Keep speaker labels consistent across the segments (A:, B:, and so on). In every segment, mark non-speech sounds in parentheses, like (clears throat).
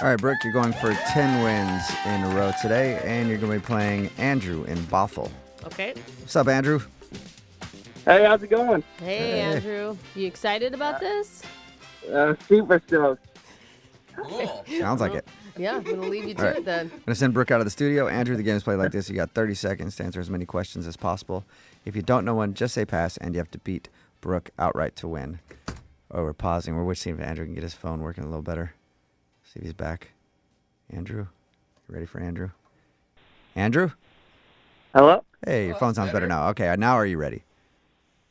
A: All right, Brooke, you're going for 10 wins in a row today, and you're going to be playing Andrew in Bothell.
B: Okay.
A: What's up, Andrew?
C: Hey, how's it going?
B: Hey, Andrew. You excited about this?
C: Uh, super stoked.
D: Cool.
A: Sounds like it.
B: Yeah, I'm going to leave you to
A: All right.
B: it then.
A: I'm going to send Brooke out of the studio. Andrew, the game is played like this. You got 30 seconds to answer as many questions as possible. If you don't know one, just say pass, and you have to beat Brooke outright to win. Oh, we're pausing. We're waiting if Andrew can get his phone working a little better. See if he's back. Andrew, you ready for Andrew? Andrew?
C: Hello?
A: Hey, your phone sounds better now. Okay, now are you ready?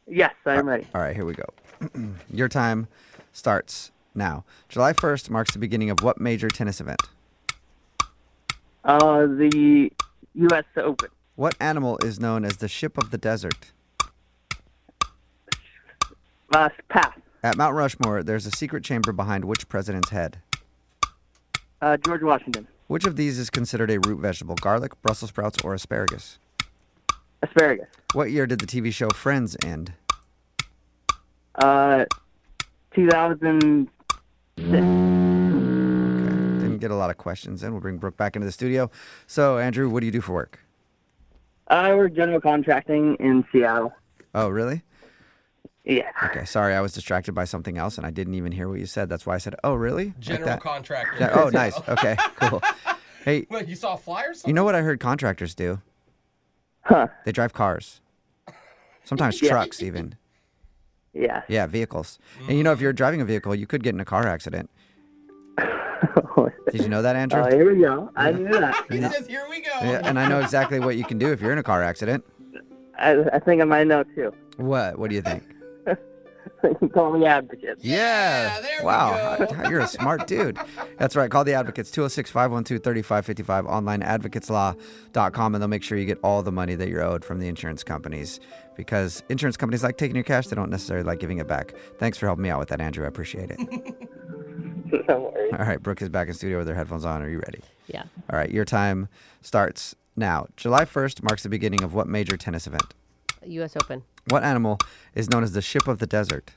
C: Yes, I'm ready.
A: All right, here we go. (clears throat) Your time starts now. July 1st marks the beginning of what major tennis event?
C: Uh, the U.S. Open.
A: What animal is known as the ship of the desert?
C: Last pass.
A: At Mount Rushmore, there's a secret chamber behind which president's head?
C: Uh, George Washington.
A: Which of these is considered a root vegetable, garlic, Brussels sprouts, or asparagus?
C: Asparagus.
A: What year did the TV show Friends end?
C: Uh, 2000.
A: Okay, didn't get a lot of questions, and we'll bring Brooke back into the studio. So, Andrew, what do you do for work?
C: I work uh, general contracting in Seattle.
A: Oh, really?
C: Yeah.
A: Okay, sorry, I was distracted by something else, and I didn't even hear what you said. That's why I said, "Oh, really?" Like
D: General
A: that.
D: contractor.
A: Yeah,
C: (laughs)
A: oh, nice. Okay, (laughs) cool. Hey,
D: (laughs) What, you saw a fly or something?
A: you know what I heard contractors do?
C: Huh.
A: They drive cars. Sometimes
C: Yeah.
A: trucks, even.
C: Yeah.
A: Yeah, vehicles. And you know, if you're driving a vehicle, you could get in a car accident.
C: (laughs) oh,
A: Did you know that, Andrew?
C: here we go. (laughs) I knew that.
D: He says, here we go.
A: Yeah, and I know exactly what you can do if you're in a car accident.
C: I, I think I might know too. (laughs)
A: What? What do you think?
C: Call me advocate.
A: Yeah.
D: there we
A: wow.
D: go.
A: (laughs) You're a smart dude. That's right. Call the advocates 206 512 3555 online advocateslaw.com and they'll make sure you get all the money that you're owed from the insurance companies because insurance companies like taking your cash, they don't necessarily like giving it back. Thanks for helping me out with that, Andrew. I appreciate
D: (laughs)
A: it.
C: (laughs) no worries.
A: all right. Brooke is back in studio with her headphones on. Are you ready?
B: Yeah.
A: All right. Your time starts now. July 1st marks the beginning of what major tennis event?
B: U.S. Open.
A: What animal is known as the ship of the desert?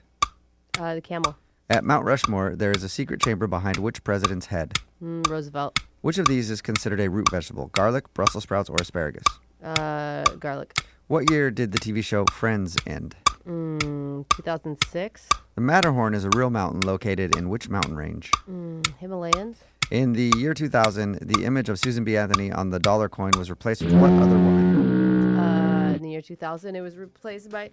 B: Uh, the camel.
A: At Mount Rushmore, there is a secret chamber behind which president's head?
B: Mm, Roosevelt.
A: Which of these is considered a root vegetable? Garlic, Brussels sprouts, or asparagus?
B: Uh, garlic.
A: What year did the TV show Friends end?
B: Mm, 2006.
A: The Matterhorn is a real mountain located in which mountain range?
B: Mm, Himalayans.
A: In the year 2000, the image of Susan B. Anthony on the dollar coin was replaced with what other woman?
B: Uh, in the year 2000, it was replaced by,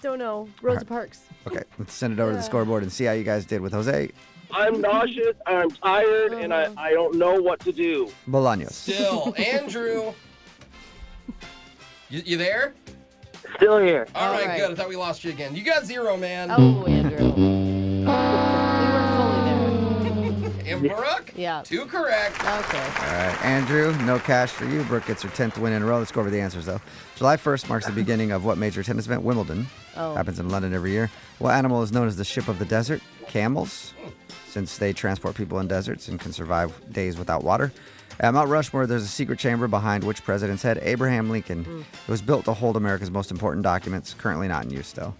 B: don't know, Rosa Parks.
A: Okay, let's send it over to the scoreboard and see how you guys did with Jose
E: I'm nauseous, I'm tired, and I, I don't know what to do.
A: Bolaños. (laughs)
D: Still, Andrew. You, you there?
C: Still here.
D: All
B: All
D: right,
B: right.
D: good. I thought we lost you again. You got zero, man.
B: Oh, Andrew. (laughs) we weren't fully
D: And Brooke?
B: Yeah.
D: Two correct.
B: there. Okay.
A: All right, Andrew, no cash for you. Brooke gets her 10th win in a row. Let's go over the answers, though. July 1st marks the beginning of what major tennis event? Wimbledon.
B: Oh.
A: Happens in London every year. What animal is known as the ship of the desert? Camels, since they transport people in deserts and can survive days without water. At Mount Rushmore, there's a secret chamber behind which president's head? Abraham Lincoln. It was built to hold America's most important documents, currently not in use, though.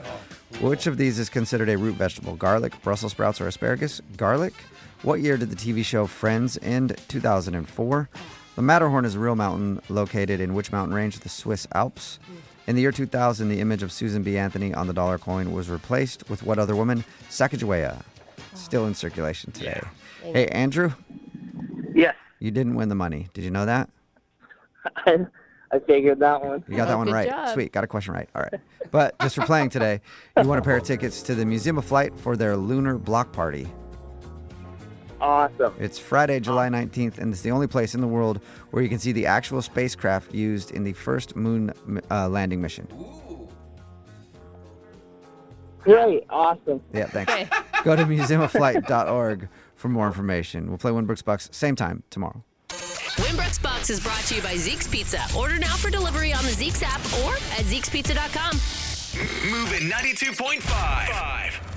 A: Which of these is considered a root vegetable? Garlic, Brussels sprouts, or asparagus? Garlic. What year did the TV show Friends end? 2004. The Matterhorn is a real mountain located in which mountain range? The Swiss Alps. In the year 2000, the image of Susan B. Anthony on the dollar coin was replaced with what other woman? Sacagawea. Still in circulation today. Hey, Andrew,
C: Yes. (laughs)
A: you didn't win the money. Did you know that?
C: I, I figured that one.
A: You got that
B: Oh,
A: one
B: good
A: right.
B: job.
A: Sweet. Got a question right. All right. But just for playing today, you won a pair of tickets to the Museum of Flight for their lunar block party.
C: Awesome.
A: It's Friday, July 19th, and it's the only place in the world where you can see the actual spacecraft used in the first moon uh, landing mission.
D: Ooh.
C: Great. Awesome.
A: Yeah, thanks.
B: Okay.
A: Go to museumofflight.org for more information. We'll play Winbrooks Bucks same time tomorrow.
F: Winbrook's Box is brought to you by Zeke's Pizza. Order now for delivery on the Zeke's app or at Zeke'sPizza.com.
G: Moving 92.5.